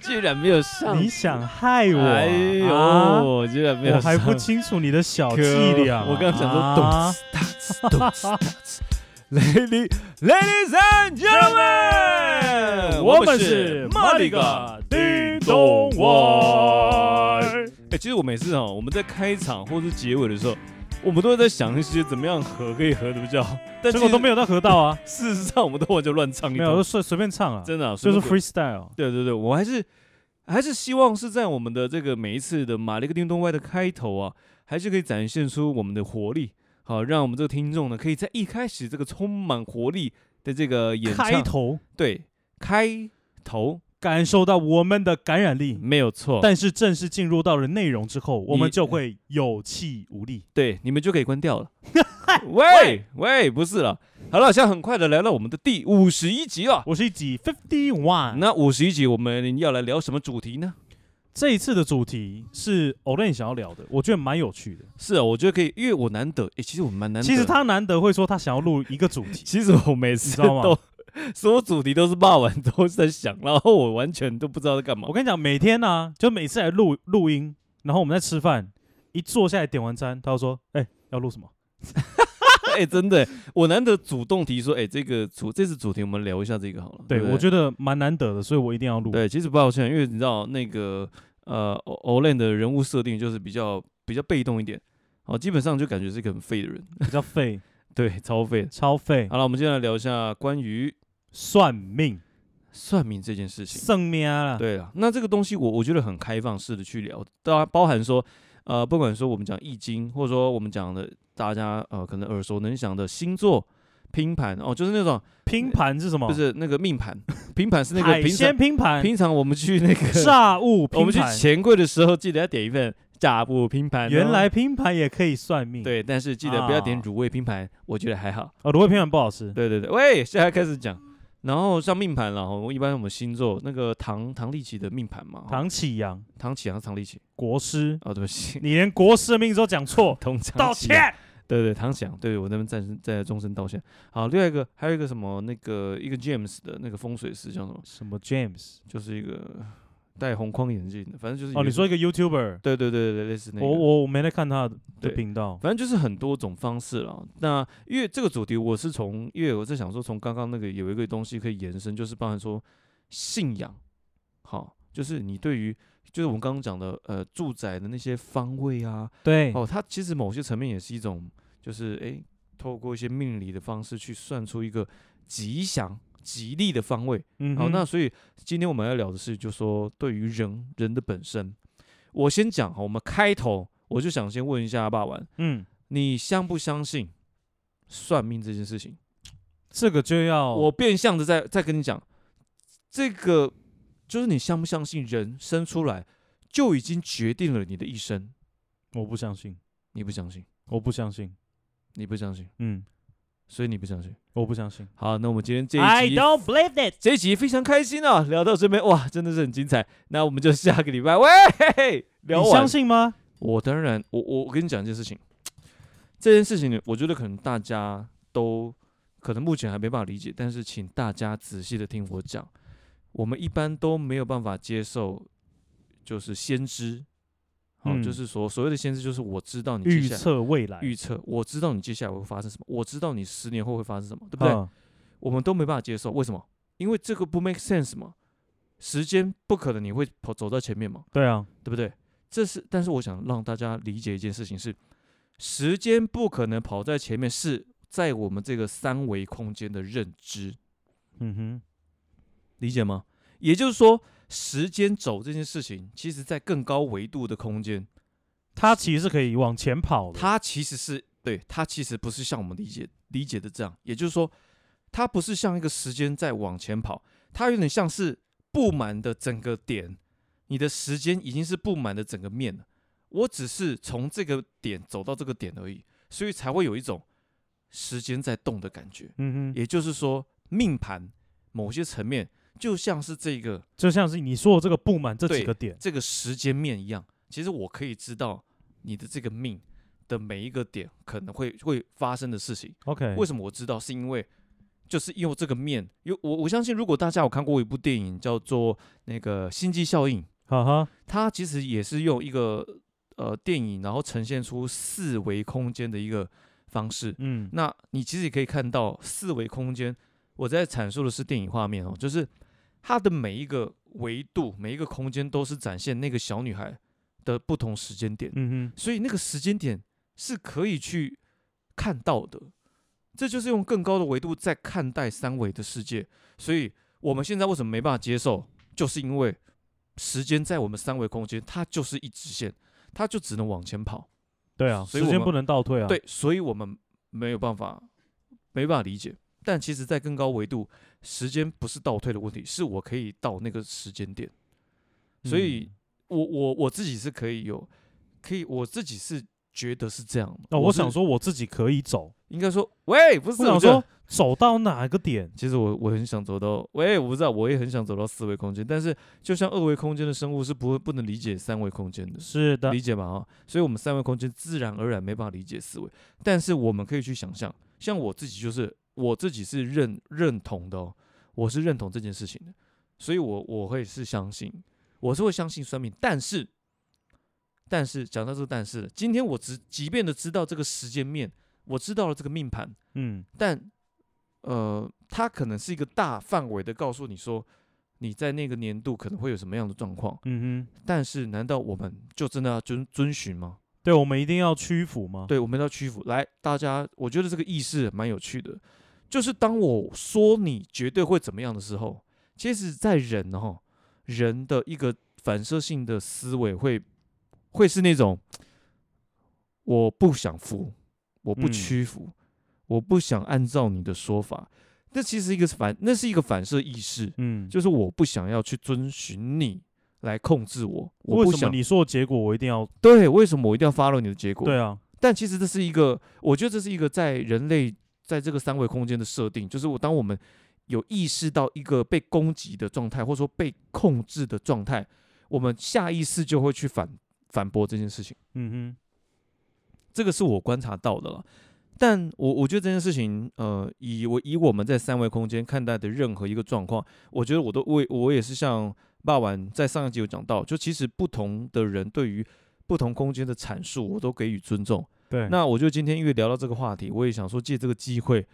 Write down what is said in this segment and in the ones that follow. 居然没有上你，想害我啊？哎呦，啊居然没有我上，还不清楚你的小伎俩。我刚想说咚啊哧哒哧咚哧 哒哧，Lady Ladies and Gentlemen，我们是马马里里嘎嘎叮叮咚咚外外。哎，其实我每次哦，我们在开场或是结尾的时候，我们都会在想一些怎么样合可以合的比较好，但结果都没有。有到河道 啊，事实上，我们都完全乱唱一没有，就通，随随便唱啊，真的啊就是什么鬼 freestyle。对对对，我还是还是希望是在我们的这个每一次的马里克叮咚外的开头啊，还是可以展现出我们的活力，好，让我们这个听众呢，可以在一开始这个充满活力的这个演唱开头对开头感受到我们的感染力，没有错，但是正式进入到了内容之后，我们嗯你就会有气无力。对你们就可以关掉 了。喂喂，不是了，好了，现在很快的来到我们的第五十一集了。我是一集 fifty one，那五十一集我们要来聊什么主题呢？这一次的主题是 Olen 想要聊的，我觉得蛮有趣的。是啊，我觉得可以，因为我难得，诶，其实我蛮难得。其实他难得会说他想要录一个主题，其实我每你次知道吗都 所有主题都是骂完都是在想，然后我完全都不知道在干嘛我。跟你讲，每天呢、就每次来录录音，然后我们在吃饭，一坐下来点完餐，他就说：“哎、要录什么 哎、真的，我难得主动提说，哎、这个主这次主题我们聊一下这个好了？”。对，不我觉得蛮难得的，所以我一定要录。对，其实抱歉，因为你知道那个呃，O Olen 的人物设定就是比较比较被动一点，哦，基本上就感觉是一个很废的人，比较费，对，超废的。超费，好了，我们接下来聊一下关于算命、算命这件事情。算命啊，对了，那这个东西我我觉得很开放式的去聊，当然包含说，呃，不管说我们讲易经，或者说我们讲的大家呃可能耳熟能详的星座拼盘哦，就是那种拼盘是什么？不是那个命盘，拼盘是那个海平常鲜拼盘、平常我们去那个炸物我拼们去盘。钱柜的时候，记得要点一份炸布拼盘哦，原来拼盘也可以算命。，对，但是记得不要点啊乳味拼盘，我觉得还好。哦，芦荟拼盘不好吃。对对对，喂，现在开始讲。然后像命盘了，我一般我们星座那个唐唐立奇的命盘嘛，哦唐启阳，唐启阳是唐立奇国师，哦，对不起，，你连国师的名字都讲错 通常道起来。歉。对对，唐翔，对我那边暂时在终身道歉。好，另外一个还有一个什么那个一个 James 的那个风水师叫什么？什么 James？就是一个戴红框眼镜的，反正就是有哦，一个你说一个 YouTuber，对对对对，类似那个。我我我没来看他的对哦频道。反正就是很多种方式了。那因为这个主题，我是从因为我在想说，从刚刚那个有一个东西可以延伸，就是包含说信仰，好，就是你对于就是我们刚刚讲的呃住宅的那些方位啊，对，哦，它其实某些层面也是一种，就是诶，透过一些命理的方式去算出一个吉祥、吉利的方位。嗯好、哼，那所以今天我们要聊的是，就说对于人人的本身，我先讲哈，我们开头我就想先问一下霸王，嗯，你相不相信算命这件事情？这个就要我变相的在在跟你讲，这个就是你相不相信人生出来就已经决定了你的一生，我不相信，你不相信，我不相信，你不相信，嗯，所以你不相信。我不相信。好，那我们今天这一集 don't believe it。这一集非常开心啊，聊到这边哇，真的是很精彩。那我们就下个礼拜喂嘿嘿聊你完相。信吗？我当然，我我我跟你讲一件事情，这件事情呢，我觉得可能大家都可能目前还没办法理解，但是请大家仔细的听我讲。我们一般都没有办法接受，就是先知，好、嗯就是所所谓的先知，就是我知道你接预下来测未来，预测，我知道你接下来会发生什么，我知道你十年后会发生什么，对不对？嗯我们都没办法接受。为什么？因为这个不 make sense 嘛，时间不可能你会跑走到前面嘛，对啊，对不对？这是，但是我想让大家理解一件事情是，时间不可能跑在前面，是在我们这个三维空间的认知，嗯哼，理解吗？也就是说，时间走这件事情，其实在更高维度的空间，他其实是可以往前跑的。它其实是对它其实不是像我们理解理解的这样，也就是说，它不是像一个时间在往前跑，它有点像是布满的整个点，你的时间已经是布满的整个面了。我只是从这个点走到这个点而已，所以才会有一种时间在动的感觉。嗯哼，也就是说，命盘某些层面就像是这个就像是你说的这个布满这几对个点，这个时间面一样，其实我可以知道你的这个命的每一个点可能会会发生的事情。 OK，为什么我知道？是因为就是因为这个面，因为我我相信，如果大家有看过一部电影叫做那个《星际效应》，哈哈，它其实也是用一个呃电影，然后呈现出四维空间的一个方式。嗯那你其实也可以看到四维空间，我在阐述的是电影画面哦，就是它的每一个维度、每一个空间都是展现那个小女孩的不同时间点，嗯所以那个时间点是可以去看到的。这就是用更高的维度在看待三维的世界，所以我们现在为什么没办法接受，就是因为时间在我们三维空间，它就是一直线，它就只能往前跑。哼，对啊，所以时我间们不能倒退啊。，对，所以我们没有办法，没办法理解。但其实，在更高维度，时间不是倒退的问题，是我可以到那个时间点。嗯所以我我我自己是可以有，可以我自己是觉得是这样的。那哦我是想，说我自己可以走，应该说，喂，不是啊我想觉得说走到哪个点？其实我我很想走到，喂，我不知道，我也很想走到四维空间，但是就像二维空间的生物是不会不能理解三维空间的，是的，理解吧？啊，所以我们三维空间自然而然没办法理解四维，但是我们可以去想象，像我自己就是我自己是认认同的、哦，我是认同这件事情的，所以我我会是相信，我是会相信算命，但是但是讲到这个但是了，今天我只即便的知道这个时间面，我知道了这个命盘，嗯但呃，它可能是一个大范围的告诉你说，你在那个年度可能会有什么样的状况。嗯哼，但是，难道我们就真的要遵遵循吗？对，我们一定要屈服吗？对，我们要屈服。来，大家，我觉得这个意识蛮有趣的，就是当我说你绝对会怎么样的时候，其实，在人哦，人的一个反射性的思维会会是那种，我不想服，我不嗯屈服，我不想按照你的说法。那其实一个反，那是一个反射意识，嗯，就是我不想要去遵循你来控制我，我为不什么想你说的结果我一定要？对，为什么我一定要 follow 你的结果？对啊，但其实这是一个，我觉得这是一个在人类在这个三维空间的设定，就是我当我们有意识到一个被攻击的状态，或者说被控制的状态，我们下意识就会去反反驳这件事情。嗯这个是我观察到的了。但我我觉得这件事情，呃，以我以我们在三维空间看待的任何一个状况，我觉得我都我也我也是像霸晚在上一集有讲到，就其实不同的人对于不同空间的阐述，我都给予尊重。哼，对，那我就今天因为聊到这个话题，我也想说借这个机会，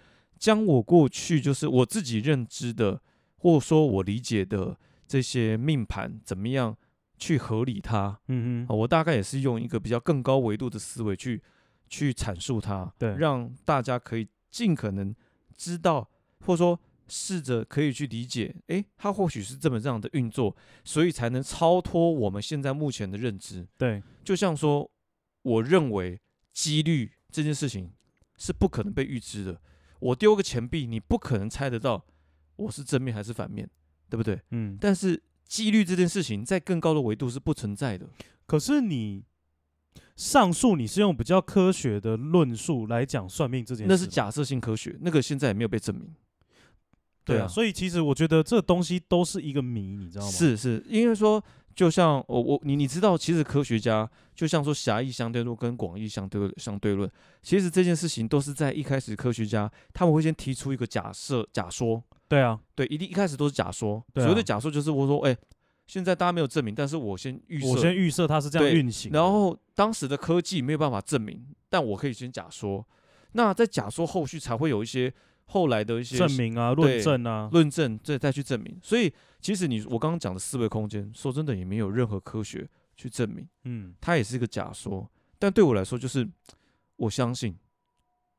将我过去就是我自己认知的，或者说我理解的这些命盘怎么样去合理它，嗯啊，哼，我大概也是用一个比较更高维度的思维去去阐述它，对让大家可以尽可能知道，或者说试着可以去理解，诶，它或许是这么这样的运作，所以才能超脱我们现在目前的认知。对，就像说，我认为几率这件事情是不可能被预知的。我丢个钱币，你不可能猜得到我是正面还是反面，对不对？嗯，但是几率这件事情在更高的维度是不存在的。可是你上述你是用比较科学的论述来讲算命这件事，那是。假设性科学，那个现在也没有被证明。对对啊，啊所以其实我觉得这东西都是一个谜，你知道吗？，是是，因为说，就像我我你你知道，其实科学家就像说狭义相对论跟广义相对相对论，其实这件事情都是在一开始科学家他们会先提出一个假设假说，对啊，对，一定一开始都是假说。对啊所谓的假说就是我说，哎、现在大家没有证明，但是我先预设，我先预啊设它是这样对运行的，然后当时的科技没有办法证明，但我可以先假说。那在假说后续才会有一些后来的一些证明啊、论对证啊，论证，再再去证明。所以其实你我刚刚讲的四维空间，说真的也没有任何科学去证明，嗯，它也是一个假说。但对我来说，就是我相信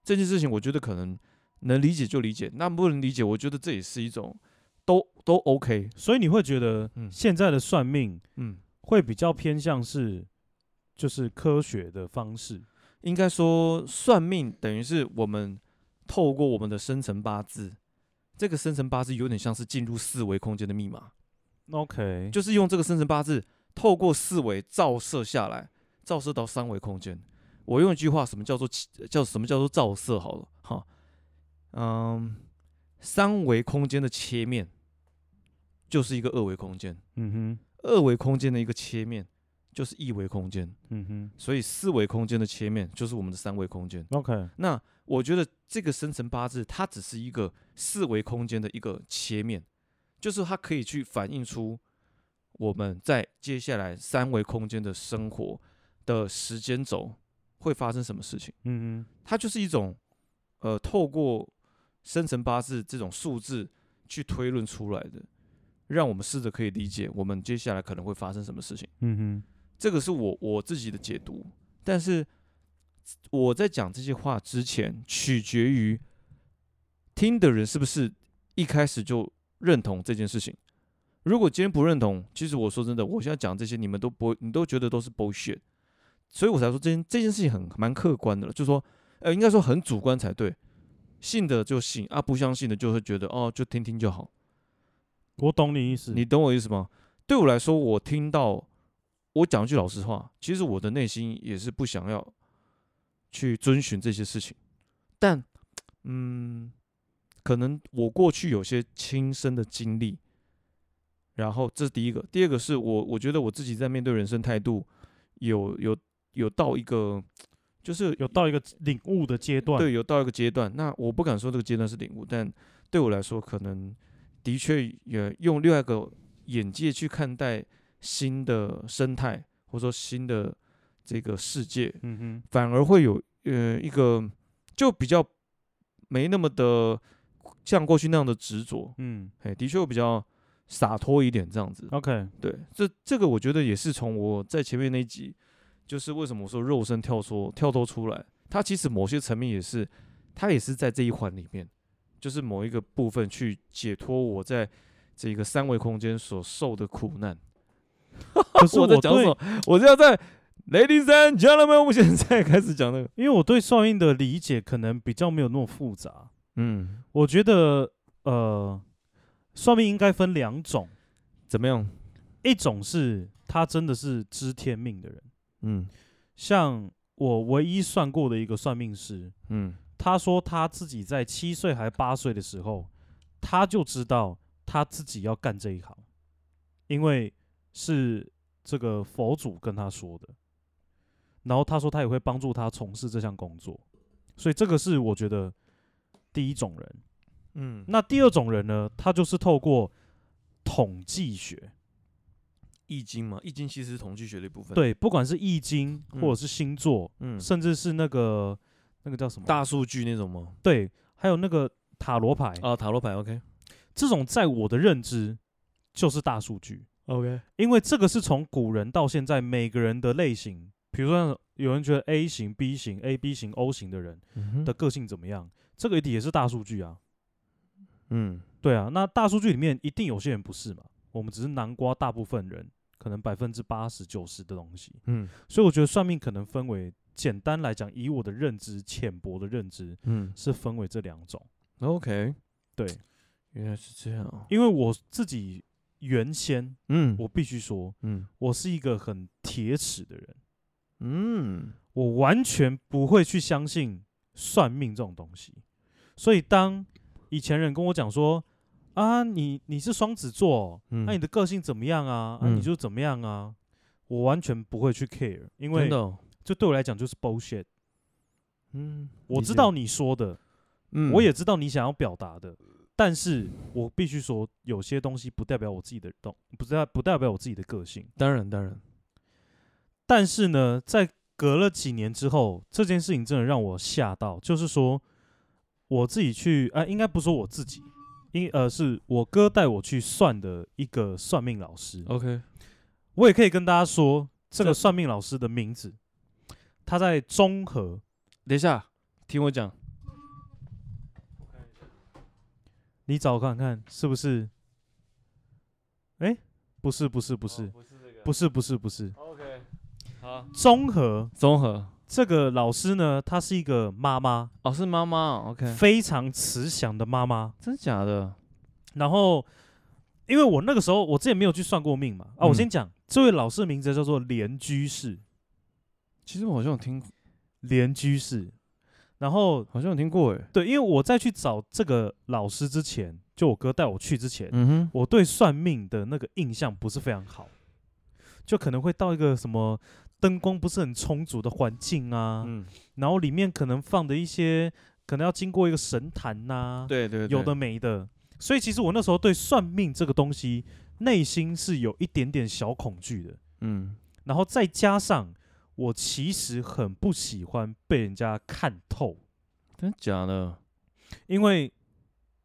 这件事情，我觉得可能能理解就理解，那不能理解，我觉得这也是一种都都 OK。所以你会觉得嗯现在的算命嗯，会比较偏向是就是科学的方式，应该说算命等于是我们透过我们的生辰八字，这个生辰八字有点像是进入四维空间的密码。 OK，就是用这个生辰八字，透过四维照射下来，照射到三维空间。我用一句话，什么叫做起叫什么叫做照射？好了，哈，嗯，三维空间的切面就是一个二维空间，嗯二维空间的一个切面就是一维空间，哼，嗯所以四维空间的切面就是我们的三维空间。哼，OK，嗯那我觉得这个生辰八字它只是一个四维空间的一个切面，就是它可以去反映出我们在接下来三维空间的生活的时间轴会发生什么事情。嗯嗯，它就是一种呃，透过生辰八字这种数字去推论出来的，让我们试着可以理解我们接下来可能会发生什么事情。嗯哼，这个是我我自己的解读，但是我在讲这些话之前，取决于听的人是不是一开始就认同这件事情。如果今天不认同，其实我说真的，我现在讲这些，你们都不会，你都觉得都是 bullshit，所以我才说这件这件事情很蛮客观的了，就是说，呃，应该说很主观才对，信的就信啊，不相信的就会觉得哦，就听听就好。我懂你意思。你懂我意思吗？对我来说，我听到我讲一句老实话，其实我的内心也是不想要去遵循这些事情，但嗯，可能我过去有些亲身的经历，然后这是第一个，第二个是我我觉得我自己在面对人生态度有有有到一个就是有到一个领悟的阶段，对，有到一个阶段。那我不敢说这个阶段是领悟，但对我来说，可能的确也用另外一个眼界去看待新的生态，或者说新的这个世界，嗯哼，反而会有呃一个就比较没那么的像过去那样的执着，嗯哎，的确会比较洒脱一点这样子。 ，OK，对，这这个我觉得也是从我在前面那一集，就是为什么我说肉身跳脱跳脱出来，它其实某些层面也是，它也是在这一环里面，就是某一个部分去解脱我在这个三维空间所受的苦难。可是我在讲什对，么？我要在 Ladies and gentlemen，我们现在开始讲那个，因为我对算命的理解可能比较没有那么复杂。嗯，我觉得，呃，算命应该分两种，怎么样？一种是他真的是知天命的人，嗯像我唯一算过的一个算命师，嗯他说他自己在七岁还八岁的时候，他就知道他自己要干这一行，因为是这个佛祖跟他说的。然后他说他也会帮助他从事这项工作，所以这个是我觉得第一种人。嗯，那第二种人呢，他就是透过统计学，易经嘛，易经其实是统计学的一部分。，对，不管是易经嗯或者是星座，嗯，甚至是那个那个叫什么大数据那种吗？对，还有那个塔罗牌，啊，塔罗牌，OK 这种在我的认知就是大数据， OK，因为这个是从古人到现在每个人的类型，比如说有人觉得 A 型、B 型、A B 型、O 型的人的的，个性怎么样，这个也是大数据啊。嗯对啊，那大数据里面一定有些人不是嘛，我们只是南瓜大部分人可能百分之八十九十的东西，嗯所以我觉得算命可能分为，简单来讲，以我的认知浅薄的认知嗯是分为这两种。 ，OK，对，原来是这样哦。因为我自己原先嗯我必须说，嗯我是一个很铁齿的人，嗯我完全不会去相信算命这种东西。所以当以前人跟我讲说啊，你你是双子座哦，那、嗯你的个性怎么样啊？啊，你嗯就怎么样啊？我完全不会去 care，因为真的哦，这对我来讲就是 bullshit。嗯，我理知解道，你说的，嗯我也知道你想要表达的，但是我必须说，有些东西不代表我自己的东，不代不代表我自己的个性。当然当然，但是呢，在隔了几年之后，这件事情真的让我吓到，就是说我自己去，啊、应该不是我自己，因呃是我哥带我去算的一个算命老师。 OK，我也可以跟大家说，这个哦这算命老师的名字，他在中和，等一下，听我讲，你找看看是不是？哎、不是，不是，不不是，哦不是这个不是，不是，不是， ，OK，好，中和综合这个老师呢，她是一个妈妈，哦，是妈妈哦，OK，非常慈祥的妈妈。真假的，然后，因为我那个时候我之前没有去算过命嘛，啊，我嗯先讲，这位老师的名字叫做连居士，其实我好像有听，连居士。然后，好像有听过哎，对，因为我在去找这个老师之前，就我哥带我去之前，嗯哼，我对算命的那个印象不是非常好，就可能会到一个什么灯光不是很充足的环境啊，嗯然后里面可能放的一些可能要经过一个神坛呐、对对对有的没的。所以其实我那时候对算命这个东西内心是有一点点小恐惧的，嗯，然后再加上我其实很不喜欢被人家看透，真假的？因为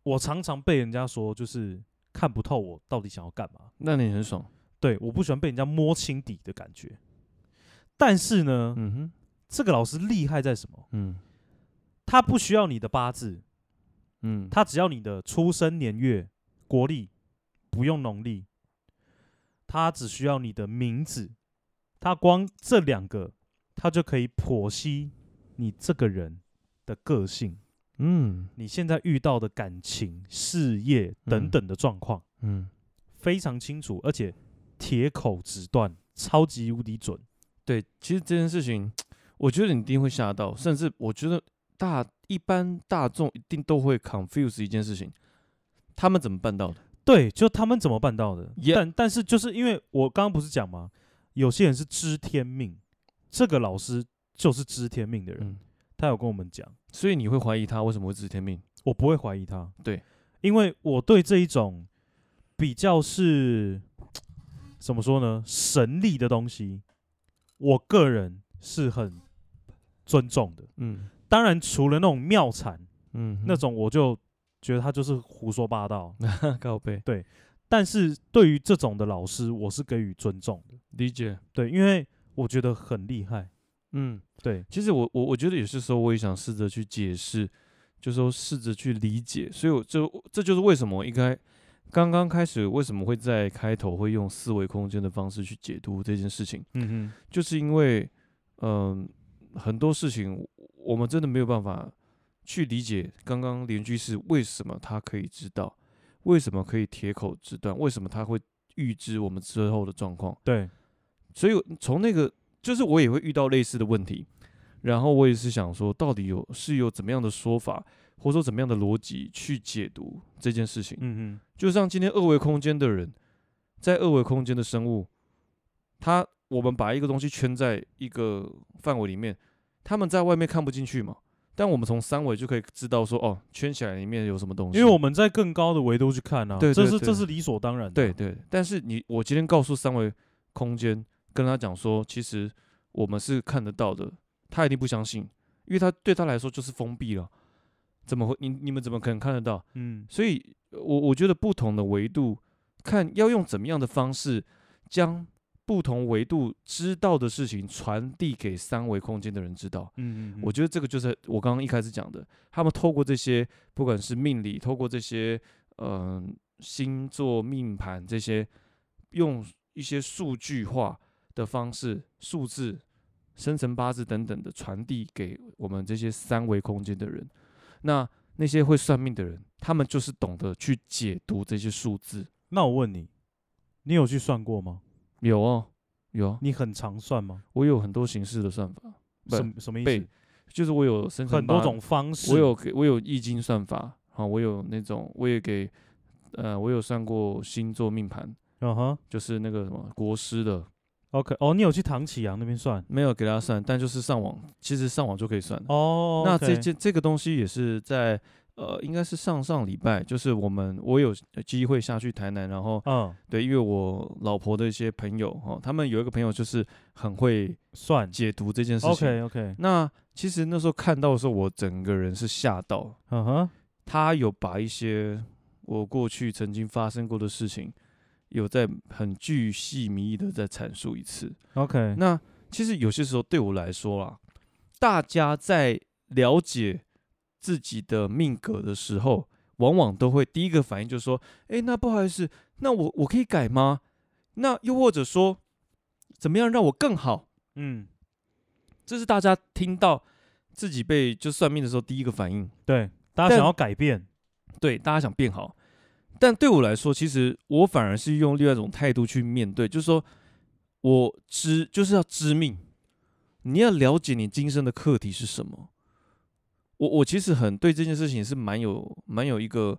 我常常被人家说就是看不透我到底想要干嘛。那你很爽，对，我不喜欢被人家摸清底的感觉。但是呢，嗯哼，这个老师厉害在什么？嗯他不需要你的八字，嗯，他只要你的出生年月、国历，不用农历，他只需要你的名字，他光这两个，他就可以剖析你这个人的个性、嗯你现在遇到的感情、事业等嗯等的状况，嗯，非常清楚，而且铁口直断，超级无敌准。对，其实这件事情，我觉得你一定会吓到，甚至我觉得大一般大众一定都会 confuse 一件事情，他们怎么办到的？对，就他们怎么办到的 Yeah 但但是就是因为我刚刚不是讲吗？有些人是知天命，这个老师就是知天命的人，嗯，他有跟我们讲，所以你会怀疑他为什么会知天命？我不会怀疑他。对，因为我对这一种比较是怎么说呢，神力的东西，我个人是很尊重的。嗯当然，除了那种妙禅、嗯那种，我就觉得他就是胡说八道。告背但是对于这种的老师，我是给予尊重的。理解，对，因为我觉得很厉害。嗯。对，其实我我我觉得有些时候我也想试着去解释，就说试着去理解，所以我就这就是为什么我应该刚刚开始为什么会在开头会用思维空间的方式去解读这件事情，嗯哼，就是因为嗯、很多事情我们真的没有办法去理解，刚刚邻居是为什么他可以知道，为什么可以铁口直断，为什么他会预知我们之后的状况。对，所以从那个，就是我也会遇到类似的问题，然后我也是想说，到底有是有怎么样的说法，或者说怎么样的逻辑去解读这件事情？嗯就像今天二维空间的人，在二维空间的生物，他我们把一个东西圈在一个范围里面，他们在外面看不进去嘛，但我们从三维就可以知道说，哦，圈起来里面有什么东哼，西。因为我们在更高的维度去看啊，对对这是这对是理所当然的。对，啊对，但是你我今天告诉三维空间，跟他讲说，其实我们是看得到的，他一定不相信，因为他对他来说就是封闭了，怎么会你你们怎么可能看得到？嗯，所以呃我我觉得不同的维度，看要用怎么样的方式将。不同维度知道的事情传递给三维空间的人知道，嗯我觉得这个就是我刚刚一开始讲的，他们透过这些，不管是命理，透过这些，嗯、星座命盘这些，用一些数据化的方式，数字、生辰八字等等的传递给我们这些三维空间的人。那那些会算命的人，他们就是懂得去解读这些数字。那我问你，你有去算过吗？有哦，有啊，你很常算吗？我有很多形式的算法，不什么什么意被思？就是我有生辰很多八种方式。我有给我有易经算法，好，我有那种我也给，呃，我有算过星座命盘，嗯哼就是那个什么国师的， ，OK，哦，你有去唐启阳那边算？没有给他算，但就是上网，其实上网就可以算。哦，那这 OK 件这个东西也是在呃，应该是上上礼拜，就是我们我有呃机会下去台南，然后嗯对，因为我老婆的一些朋友哦，他们有一个朋友就是很会算解读这件事情。 ，OK OK，那其实那时候看到的时候，我整个人是吓到，嗯哼，他有把一些我过去曾经发生过的事情，有在很巨细靡遗的再阐述一次。 ，OK，那其实有些时候对我来说啦，大家在了解自己的命格的时候，往往都会第一个反应就是说：“诶，那不好意思，那我我可以改吗？”那又或者说，怎么样让我更好？嗯，这是大家听到自己被就算命的时候第一个反应。对，大家但想要改变，对，大家想变好。但对我来说，其实我反而是用另外一种态度去面对，就是说我知就是要知命，你要了解你今生的课题是什么。我我其实很对这件事情是蛮有蛮有一个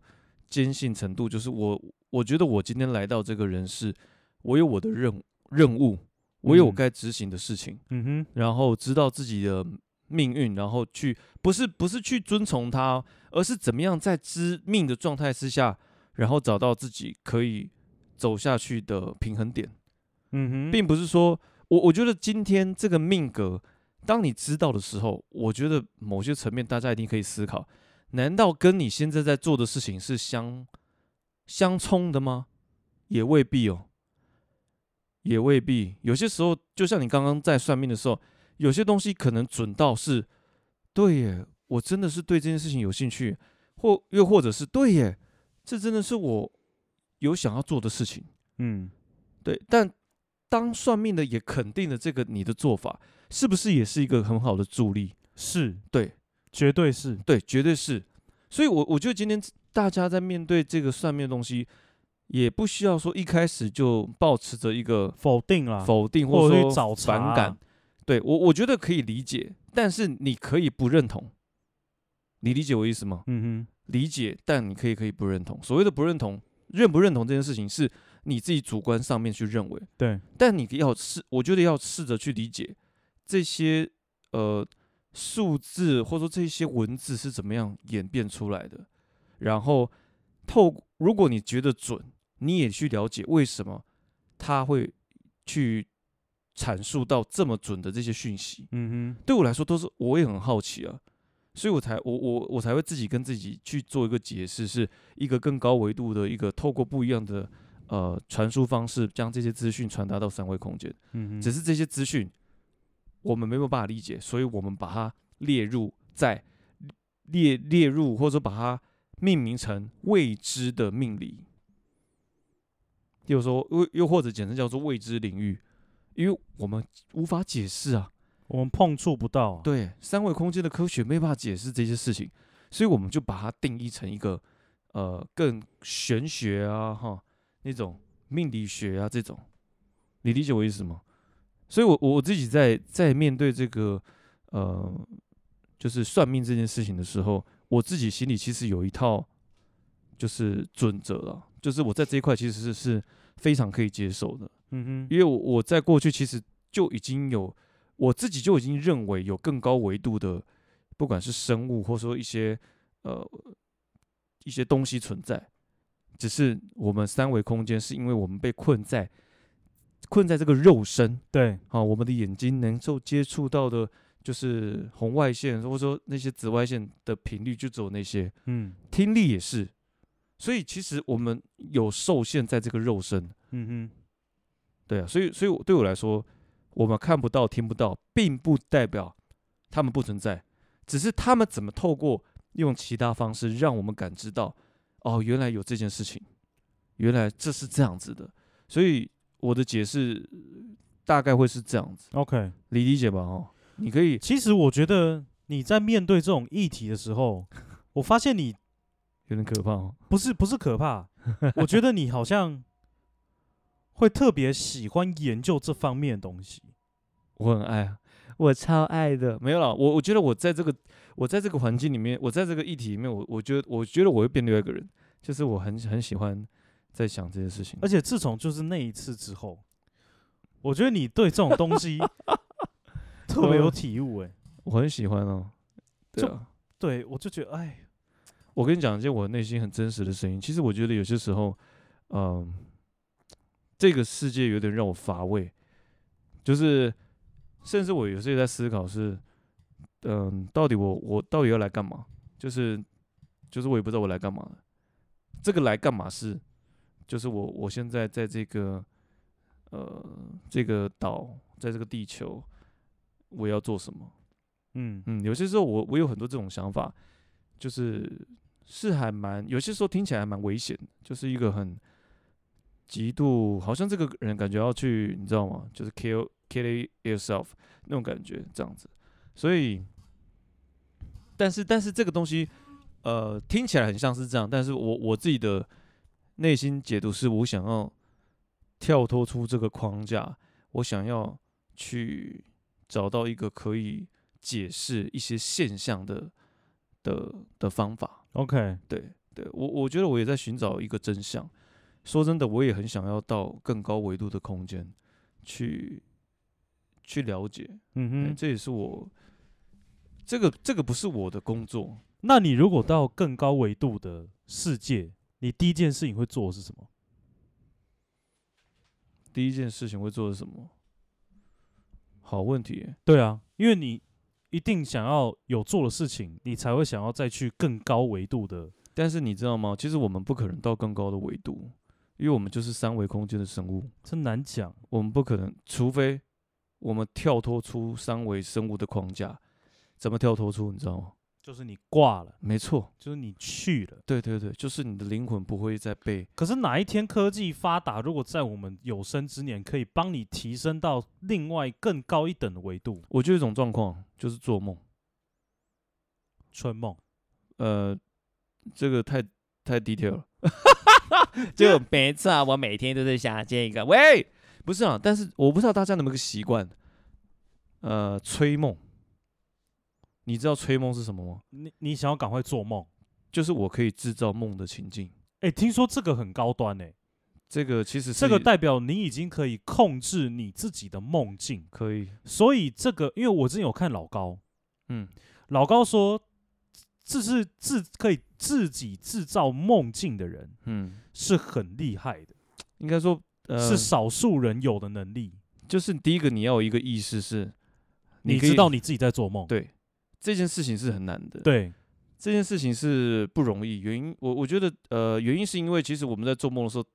坚信程度，就是我我觉得我今天来到这个人世，我有我的任务任务，我有我嗯该执行的事情，嗯哼，然后知道自己的命运，然后去不是不是去遵从它哦，而是怎么样在知命的状态之下，然后找到自己可以走下去的平衡点，嗯哼，并不是说我我觉得今天这个命格，当你知道的时候，我觉得某些层面大家一定可以思考，难道跟你现在在做的事情是相相冲的吗？也未必哦，也未必。有些时候，就像你刚刚在算命的时候，有些东西可能准到是，对耶，我真的是对这件事情有兴趣，或又或者是对耶，这真的是我有想要做的事情。嗯，对，但当算命的也肯定了这个你的做法，是不是也是一个很好的助力？是对，绝对是，对，绝对是。所以我，我觉得今天大家在面对这个算命的东西，也不需要说一开始就保持着一个否定啦，否定啊或者者去说找茬啊反感。对我，我觉得可以理解，但是你可以不认同。你理解我意思吗？嗯理解，但你可以可以不认同。所谓的不认同，认不认同这件事情是你自己主观上面去认为。哼，对，但你要试，我觉得要试着去理解这些呃数字或者说这些文字是怎么样演变出来的，然后透过如果你觉得准，你也去了解为什么他会去阐述到这么准的这些讯息。嗯哼，对我来说都是我也很好奇啊，所以我才我我我才会自己跟自己去做一个解释，是一个更高维度的一个透过不一样的呃传输方式，将这些资讯传达到三维空间。嗯哼，只是这些资讯我们没有办法理解，所以我们把它列入在列列入或者把它命名成未知的命理，例如说又又或者简称叫做未知领域，因为我们无法解释啊。我们碰触不到、啊，，对，三维空间的科学没办法解释这些事情，所以我们就把它定义成一个呃更玄学啊哈那种命理学啊这种，你理解我意思吗？所以我，我我自己在在面对这个呃就是算命这件事情的时候，我自己心里其实有一套就是准则了，就是我在这一块其实是是非常可以接受的。嗯哼，因为我我在过去其实就已经有我自己就已经认为有更高维度的，不管是生物或者说一些呃一些东西存在，只是我们三维空间是因为我们被困在困在这个肉身对，啊，我们的眼睛能够接触到的就是红外线或者说那些紫外线的频率就只有那些，嗯听力也是，所以其实我们有受限在这个肉身。嗯对啊，所以所以我对我来说，我们看不到、听不到，并不代表他们不存在，只是他们怎么透过用其他方式让我们感知到，哦，原来有这件事情，原来这是这样子的。所以我的解释呃大概会是这样子，哼，OK。你理解吧？哦，你可以其实我觉得你在面对这种议题的时候，我发现你有点可怕哦。不是不是可怕，我觉得你好像会特别喜欢研究这方面的东西。我很爱啊，我超爱的。没有啦，我我觉得我在这个我在这个环境里面，我在这个议题里面，我我觉得我觉得我会变另外一个人，就是我很很喜欢在想这些事情而。且自从就是那一次之后，我觉得你对这种东 西特别有体悟、欸。哎，我很喜欢哦。对啊，对我就觉得，哎，我跟你讲一件我内心很真实的声音。其实我觉得有些时候，嗯，这个世界有点让我乏味，就是甚至我有时候也在思考是，嗯，到底我我到底要来干嘛？就是就是我也不知道我来干嘛了。这个来干嘛是，就是我我现在在这个呃这个岛，在这个地球，我要做什么？嗯嗯，有些时候我我有很多这种想法，就是是还蛮，有些时候听起来还蛮危险的，就是一个很极度，好像这个人感觉要去，你知道吗？就是 kill kill yourself 那种感觉，这样子。所以，但是但是这个东西，呃，听起来很像是这样，但是我我自己的内心解读是我想要跳脱出这个框架，我想要去找到一个可以。解释一些现象的的的方法。 ，OK，对，对我我觉得我也在寻找一个真相。说真的，我也很想要到更高维度的空间去去了解。嗯嗯、哼，这也是我这个这个不是我的工作，那你如果到更高维度的世界，你第一件事情会做的是什么？第一件事情会做的是什么？好问题耶，对啊，因为你一定想要有做的事情，你才会想要再去更高维度的。但是你知道吗？其实我们不可能到更高的维度，因为我们就是三维空间的生物，真难讲，我们不可能，除非我们跳脱出三维生物的框架。怎么跳脱出？你知道吗？就是你挂了，没错，就是你去了。对对对，就是你的灵魂不会再被可是哪一天科技发达，如果在我们有生之年可以帮你提升到另外更高一等的维度，我就有一种状况，就是做梦。春梦，呃，这个太太 detail 了。就 没错啊，我每天都在想这个。喂，不是啊，但是我不知道大家有没有个习惯，呃，吹梦。你知道吹梦是什么吗？你你想要赶快做梦？就是我可以制造梦的情境。哎、听说这个很高端哎、这个其实是这个代表你已经可以控制你自己的梦境。可以，所以这个，因为我之前有看老高，嗯，老高说，这是自可以自己制造梦境的人嗯，是很厉害的，应该说，呃，是少数人有的能力。就是第一个你要有一个意识是，你可以知道你自己在做梦，对这件事情是很难的，对这件事情是不容易，原因我我觉得呃，原因是因为其实我们在做梦的时候，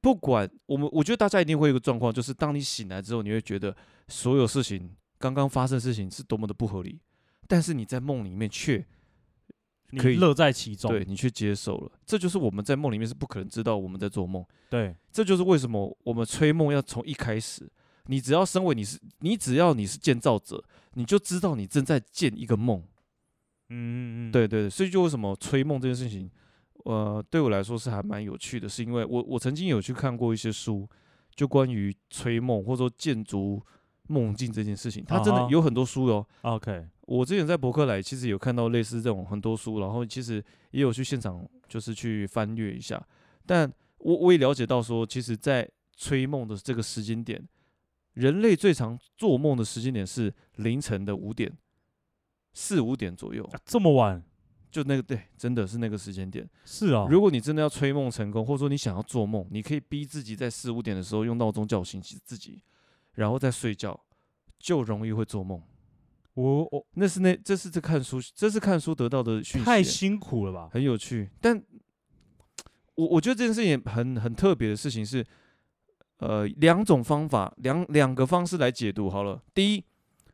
不管我们，我觉得大家一定会有一个状况，就是当你醒来之后，你会觉得所有事情刚刚发生的事情是多么的不合理，但是你在梦里面却你可以乐在其中。对你却接受了，这就是我们在梦里面是不可能知道我们在做梦，对这就是为什么我们吹梦要从一开始，你只要身为你是你只要你是建造者，你就知道你正在建一个梦。嗯嗯嗯，对对，所以就为什么吹梦这件事情，呃，对我来说是还蛮有趣的，是因为我我曾经有去看过一些书，就关于吹梦或者说建筑梦境这件事情，它真啊的哈有很多书哦哟。 ，OK，啊我之前在博客来其实有看到类似这种很多书，然后其实也有去现场就是去翻阅一下，但我我也了解到说，其实，在吹梦的这个时间点，人类最常做梦的时间点是凌晨的五点，四五点左右。啊这么晚就那个对，真的是那个时间点。是啊、如果你真的要吹梦成功，或者说你想要做梦，你可以逼自己在四五点的时候用闹钟叫醒自己，然后再睡觉，就容易会做梦。我我那是那这是这看书，这是看书得到的讯息，太辛苦了吧？很有趣。但我我觉得这件事情也很很特别的事情是，呃，两种方法，两两个方式来解读好了。第一，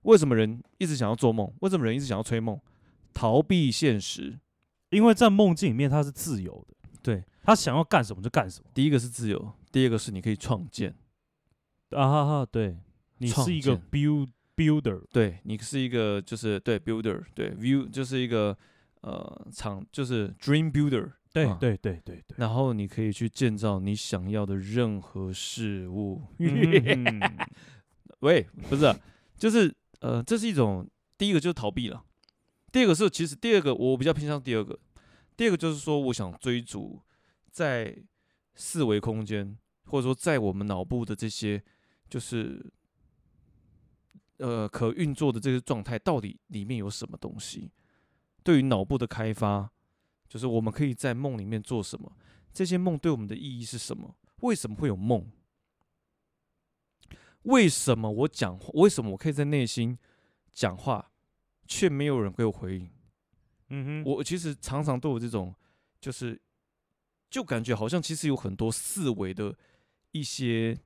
为什么人一直想要做梦？为什么人一直想要吹梦？逃避现实。因为在梦境里面他是自由的，对他想要干什么就干什么。第一个是自由，第二个是你可以创建。啊哈哈，对你创是一个建 build builder，对你是一个就是对 builder，对 view 就是一个呃厂，就是 dream builder。对、啊对对对对。然后你可以去建造你想要的任何事物。嗯喂，不是啊、就是呃，这是一种第一个就是逃避了，第二个是其实第二个我比较偏向第二个，第二个就是说我想追逐在四维空间或者说在我们脑部的这些就是呃可运作的这些状态到底里面有什么东西？对于脑部的开发，就是我们可以在梦里面做什么？这些梦对我们的意义是什么？为什么会有梦？为什么我讲话？为什么我可以在内心讲话，却没有人给我回应？嗯哼，我其实常常都有这种，就是就感觉好像其实有很多四维的一些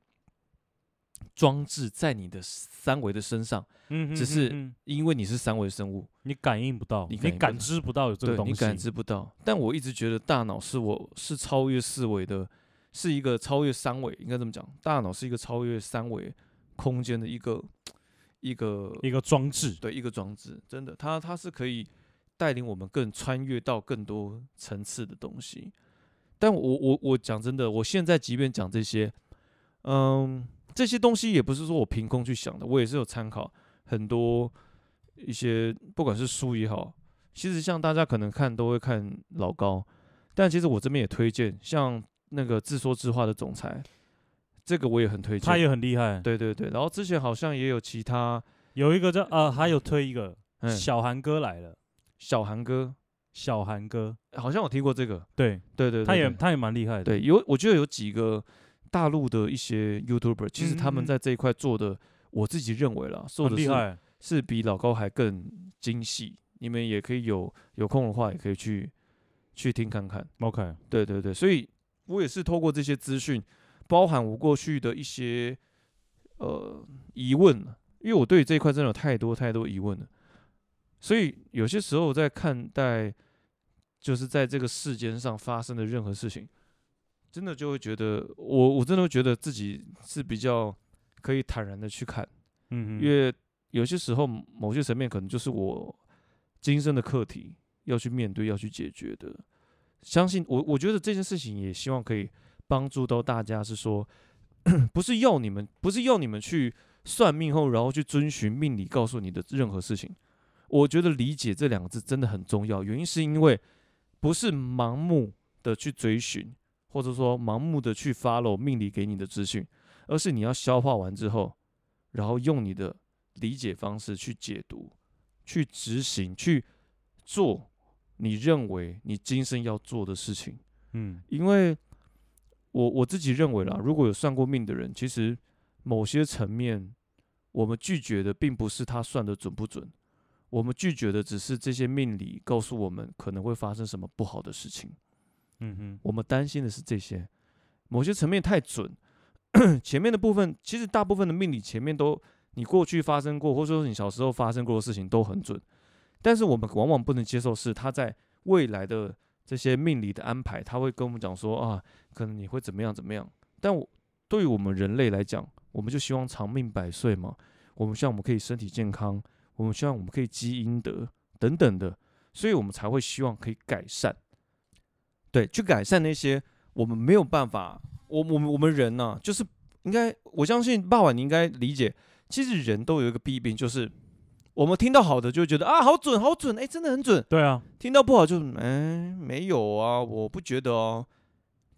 装置在你的三维的身上，嗯哼只嗯是哼因为你是三维生物，你感应不到，你你感应不到感知不到有这对个东西，你感知不到。但我一直觉得大脑是我是超越四维的，是一个超越三维，应该这么讲，大脑是一个超越三维空间的一个一个一个装置。对一个装置，真的，它它是可以带领我们更穿越到更多层次的东西。但我我我讲真的，我现在即便讲这些，嗯，这些东西也不是说我凭空去想的，我也是有参考很多一些，不管是书也好，其实像大家可能看都会看老高，但其实我这边也推荐，像那个自说自话的总裁，这个我也很推荐。他也很厉害，对对对，然后之前好像也有其他有一个叫呃，还有推一个嗯，小韩哥来了，小韩哥，小韩哥，好像我听过这个，对，对对对，他也对他也蛮厉害的，对，有我觉得有几个大陆的一些 YouTuber，其实他嗯嗯们嗯在这一块做的，我自己认为啦，做很的厉是害。是比老高还更精细。你们也可以有有空的话，也可以去去听看看。 OK，对对对，所以我也是透过这些资讯，包含我过去的一些呃疑问，因为我对这一块真的有太多太多疑问了，所以有些时候在看待就是在这个世间上发生的任何事情，真的就会觉得我我真的会觉得自己是比较可以坦然的去看，因嗯哼，为有些时候某些层面可能就是我今生的课题要去面对、要去解决的。相信我，我觉得这件事情也希望可以帮助到大家，是说 不是要你们，不是要你们去算命后，然后去遵循命理告诉你的任何事情。我觉得理解这两个字真的很重要，原因是因为不是盲目的去追寻，或者说盲目的去 follow 命理给你的资讯，而是你要消化完之后，然后用你的理解方式去解读、去执行、去做你认为你今生要做的事情。嗯因为我我自己认为啦，如果有算过命的人，其实某些层面，我们拒绝的并不是他算的准不准，我们拒绝的只是这些命理告诉我们可能会发生什么不好的事情。嗯哼，我们担心的是这些，某些层面太准， 前面的部分其实大部分的命理前面都你过去发生过，或者说你小时候发生过的事情都很准，但是我们往往不能接受是他在未来的这些命理的安排，他会跟我们讲说啊，可能你会怎么样怎么样，但我对于我们人类来讲，我们就希望长命百岁嘛，我们希望我们可以身体健康，我们希望我们可以积阴德等等的，所以我们才会希望可以改善。对，去改善那些我们没有办法，我我们我们人呢、就是应该，我相信爸爸你应该理解，其实人都有一个弊病，就是我们听到好的就会觉得啊好准好准，哎、真的很准；对啊，听到不好就哎、没有啊，我不觉得哦。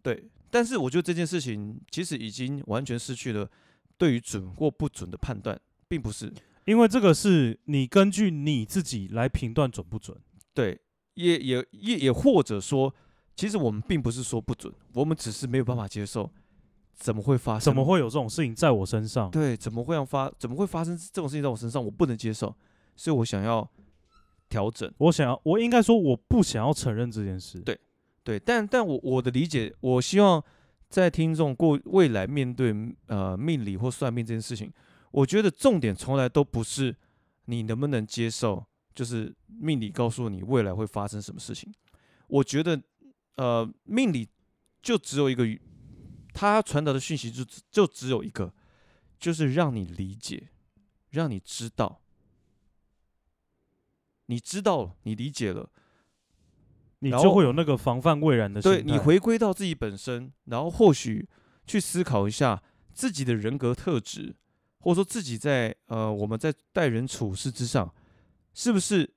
对，但是我觉得这件事情其实已经完全失去了对于准或不准的判断，并不是因为这个是你根据你自己来评断准不准。对，也也也也或者说，其实我们并不是说不准，我们只是没有办法接受，怎么会发生？怎么会有这种事情在我身上？对？怎么会让发？怎么会发生这种事情在我身上？我不能接受，所以我想要调整。我想要，我应该说我不想要承认这件事。对对，但但我我的理解，我希望在听众过未来面对呃命理或算命这件事情，我觉得重点从来都不是你能不能接受，就是命理告诉你未来会发生什么事情。我觉得呃命理就只有一个语，它传达的讯息就只就只有一个，就是让你理解，让你知道。你知道了，你理解了，你然就后会有那个防范未然的心态。对你回归到自己本身，然后或许去思考一下自己的人格特质，或者说自己在呃我们在待人处事之上，是不是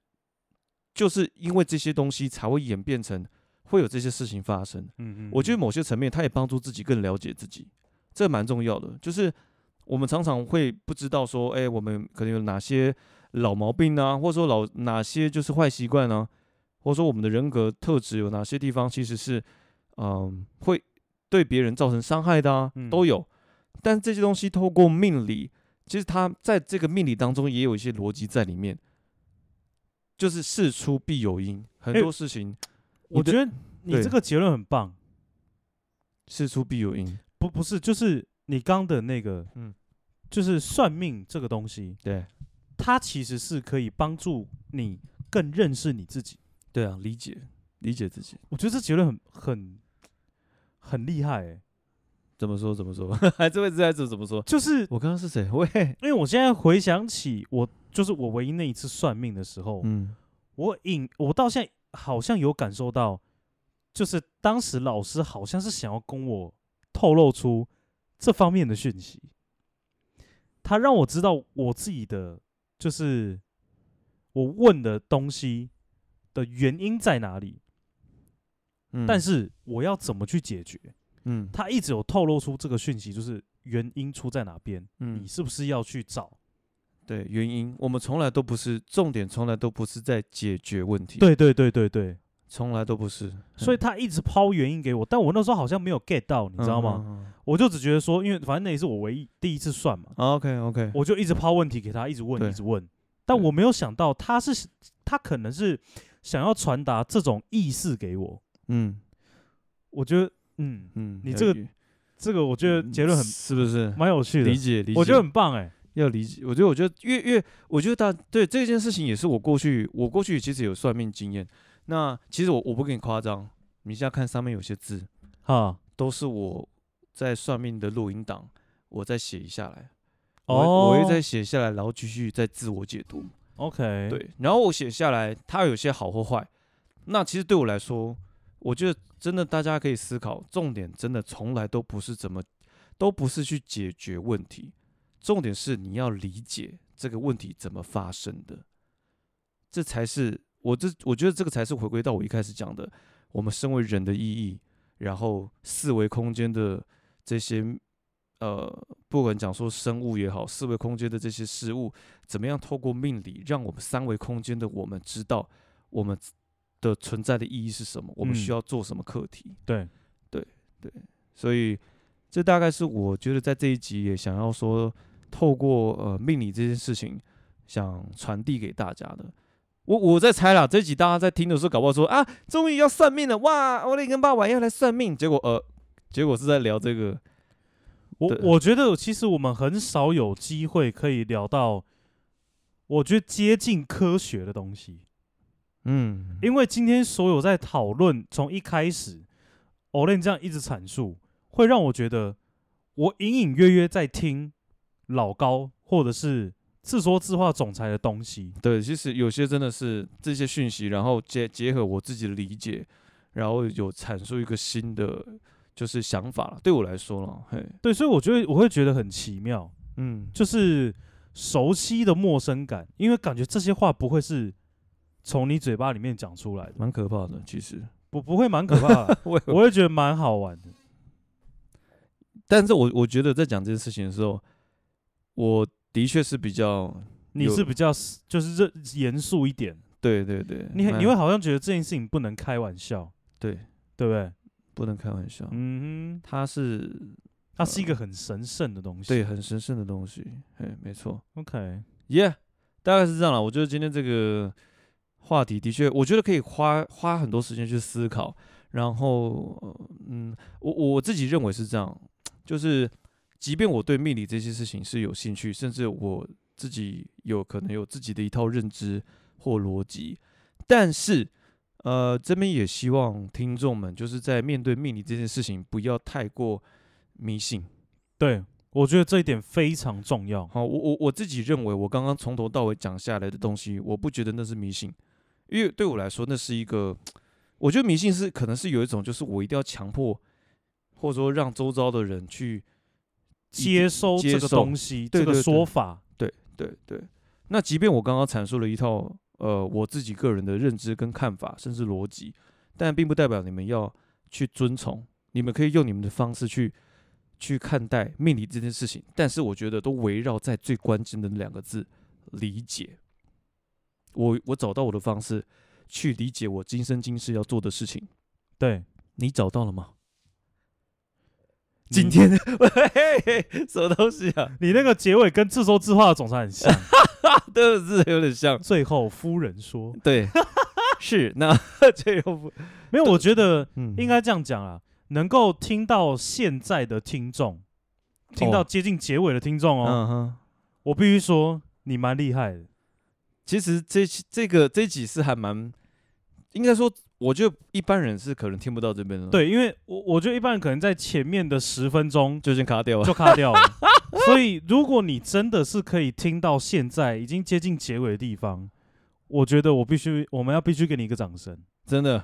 就是因为这些东西才会演变成会有这些事情发生？嗯嗯，我觉得嗯某些层面，他也帮助自己更了解自己，这蛮重要的。就是我们常常会不知道说，哎、我们可能有哪些老毛病啊，或者说老哪些就是坏习惯啊，或者说我们的人格特质有哪些地方其实是，嗯、会对别人造成伤害的啊，嗯都有。但这些东西透过命理，其实它在这个命理当中也有一些逻辑在里面，就是事出必有因，很哎多事情你我的觉得你对这个结论很棒。事出必有因，不不是，就是你刚的那个，嗯嗯，就是算命这个东西，对它其实是可以帮助你更认识你自己。对啊，理解理解自己。我觉得这结论很很很厉害、欸，怎么说？怎么说？ 还这位置还是怎么说？就是我刚刚是谁？ 喂，因为我现在回想起我，就是我唯一那一次算命的时候，嗯，我隐我到现在好像有感受到，就是当时老师好像是想要跟我透露出这方面的讯息，他让我知道我自己的就是我问的东西的原因在哪里，嗯但，是我要怎么去解决。嗯他一直有透露出这个讯息，就是原因出在哪边，嗯你，是不是要去找？对原因，我们从来都不是重点，从来都不是在解决问题，，对对对对嗯对，从来都不是。所以嗯他一直抛原因给我，但我那时候好像没有 get 到，你知道嗯吗？？我就只觉得说，因为反正那也是我唯一第一次算嘛， OK OK，我就一直抛问题给他，一直问，对一直问。但对我没有想到他是他可能是想要传达这种意思给我。嗯我觉得，嗯，嗯，你有这个一这个我觉得嗯结论很是不是？蛮有趣的理，解理解，我觉得很棒哎、要理解。我觉得我觉得越越，我觉得大对这件事情也是我过去我过去其实有算命经验。那其实我我不跟你夸张，你现在看上面有些字哈都是我在算命的录音档，我再写一下来。我会哦，我会再写下来，然后继续再自我解读。 OK，对，然后我写下来，它有些好或坏。那其实对我来说，我觉得真的大家可以思考，重点真的从来都不是怎么，都不是去解决问题，重点是你要理解这个问题怎么发生的，这才是我这我觉得这个才是回归到我一开始讲的，我们身为人的意义，然后四维空间的这些。呃，不管讲说生物也好，四维空间的这些事物，怎么样透过命理，让我们三维空间的我们知道我们的存在的意义是什么，我们嗯需要做什么课题。对所以，这大概是我觉得在这一集也想要说，透过呃命理这件事情，想传递给大家的。我我在猜啦，这一集大家在听的时候，搞不好说啊，终于要算命了哇！我的跟爸爸要来算命，结果呃，结果是在聊这个，我对我觉得其实我们很少有机会可以聊到，我觉得接近科学的东西，嗯，因为今天所有在讨论从一开始 o l e n 这样一直阐述，会让我觉得我隐隐约约在听老高或者是自说自话总裁的东西，对，其实有些真的是这些讯息，然后结结合我自己的理解，然后有阐述一个新的就是想法了。对我来说了，嘿，对，所以我觉得我会觉得很奇妙，嗯，就是熟悉的陌生感，因为感觉这些话不会是从你嘴巴里面讲出来的。蛮可怕的，其实。，不不会蛮可怕的 我我会觉得蛮好玩的。但是我我觉得在讲这件事情的时候，我的确是比较你有是比较 s- 就是认严肃一点，对对对，你很蛮你会好像觉得这件事情不能开玩笑，对，对不对？不能开玩笑，嗯哼，它是它是一个很神圣的东西。对很神圣的东西，嘿，没错，OK， ，Yeah，大概是这样了。我觉得今天这个话题的确，我觉得可以花花很多时间去思考，然后呃嗯，我我自己认为是这样，就是即便我对命理这些事情是有兴趣，甚至我自己有可能有自己的一套认知或逻辑，但是呃，这边也希望听众们就是在面对命理这件事情不要太过迷信。对，我觉得这一点非常重要。好，我我我自己认为，我刚刚从头到尾讲下来的东西，我不觉得那是迷信，因为对我来说，那是一个，我觉得迷信是可能是有一种，就是我一定要强迫，或者说让周遭的人去，接收接这个受东西，对对这个对说法，对对。那即便我刚刚阐述了一套呃我自己个人的认知跟看法，甚至逻辑，但并不代表你们要去遵从，你们可以用你们的方式去去看待命理这件事情，但是我觉得都围绕在最关键的那两个字——理解。我我找到我的方式去理解我今生今世要做的事情，对，你找到了吗？你 今天嘿嘿 嘿什么东西啊？你那个结尾跟自说自话的总裁很像。对不是有点像？最后夫人 说对，是那 这又不，：“没有，我觉得嗯应该这样讲啊，能够听到现在的听众，听到哦接近结尾的听众哦，嗯哼，我必须说，你蛮厉害的。其实这期这个这几是还蛮，应该说，我觉得一般人是可能听不到这边的，，对，因为我我觉得一般人可能在前面的十分钟就先卡掉了。就卡掉了，所以如果你真的是可以听到现在已经接近结尾的地方，我觉得我必须，我们要必须给你一个掌声。真的。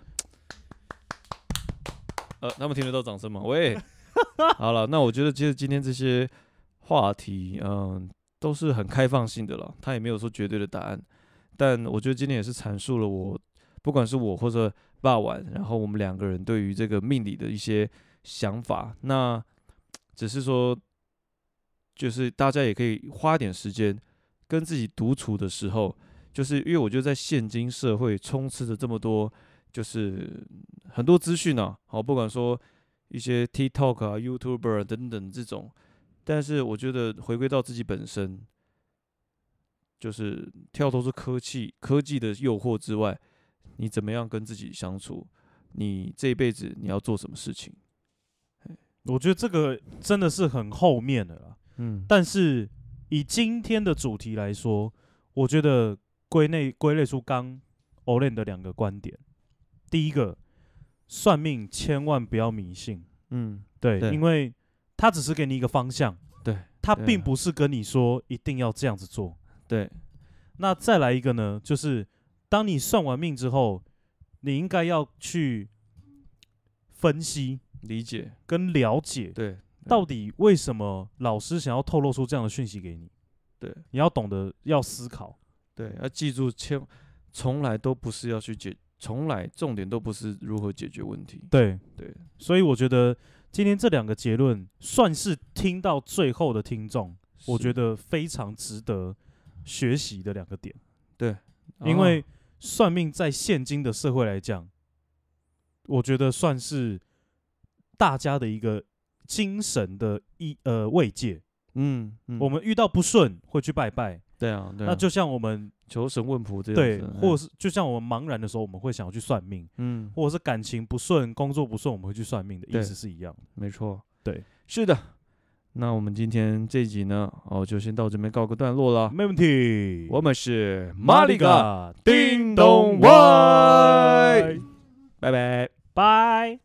呃，他们听得到掌声吗？喂，好了，那我觉得其实今天这些话题，嗯、都是很开放性的了，他也没有说绝对的答案，但我觉得今天也是阐述了我，不管是我或者霸晚，然后我们两个人对于这个命理的一些想法，那只是说，就是大家也可以花点时间跟自己独处的时候，就是因为我觉得在现今社会充斥着这么多，就是很多资讯啊，好，不管说一些 TikTok 啊、YouTuber 啊等等这种，但是我觉得回归到自己本身，就是跳脱出科技科技的诱惑之外，你怎么样跟自己相处？你这一辈子你要做什么事情？我觉得这个真的是很后面的啦。嗯，但是以今天的主题来说，我觉得归类归类出刚 Olen 的两个观点。第一个，算命千万不要迷信，嗯，对，对因为他只是给你一个方向，对，他对并啊不是跟你说一定要这样子做。对，那再来一个呢，就是当你算完命之后，你应该要去分析理解，跟了解，对，到底为什么老师想要透露出这样的讯息给你。对，你要懂得要思考。对，要记住，千从来都不是要去解，从来重点都不是如何解决问题。对，对，所以我觉得今天这两个结论算是听到最后的听众，我觉是，得非常值得学习的两个点，啊因为算命在现今的社会来讲，我觉得算是大家的一个精神的一呃慰藉。嗯，嗯我们遇到不顺会去拜拜，对啊，对啊，那就像我们求神问卜这样对子，，嗯或者是就像我们茫然的时候，我们会想要去算命，嗯，或者是感情不顺、工作不顺，我们会去算命的对意思是一样的。没错，对，是的。那我们今天这一集呢，哦，就先到这边告个段落了。没问题。啊我们是马马里里嘎，嘎，叮咚外，拜拜。拜。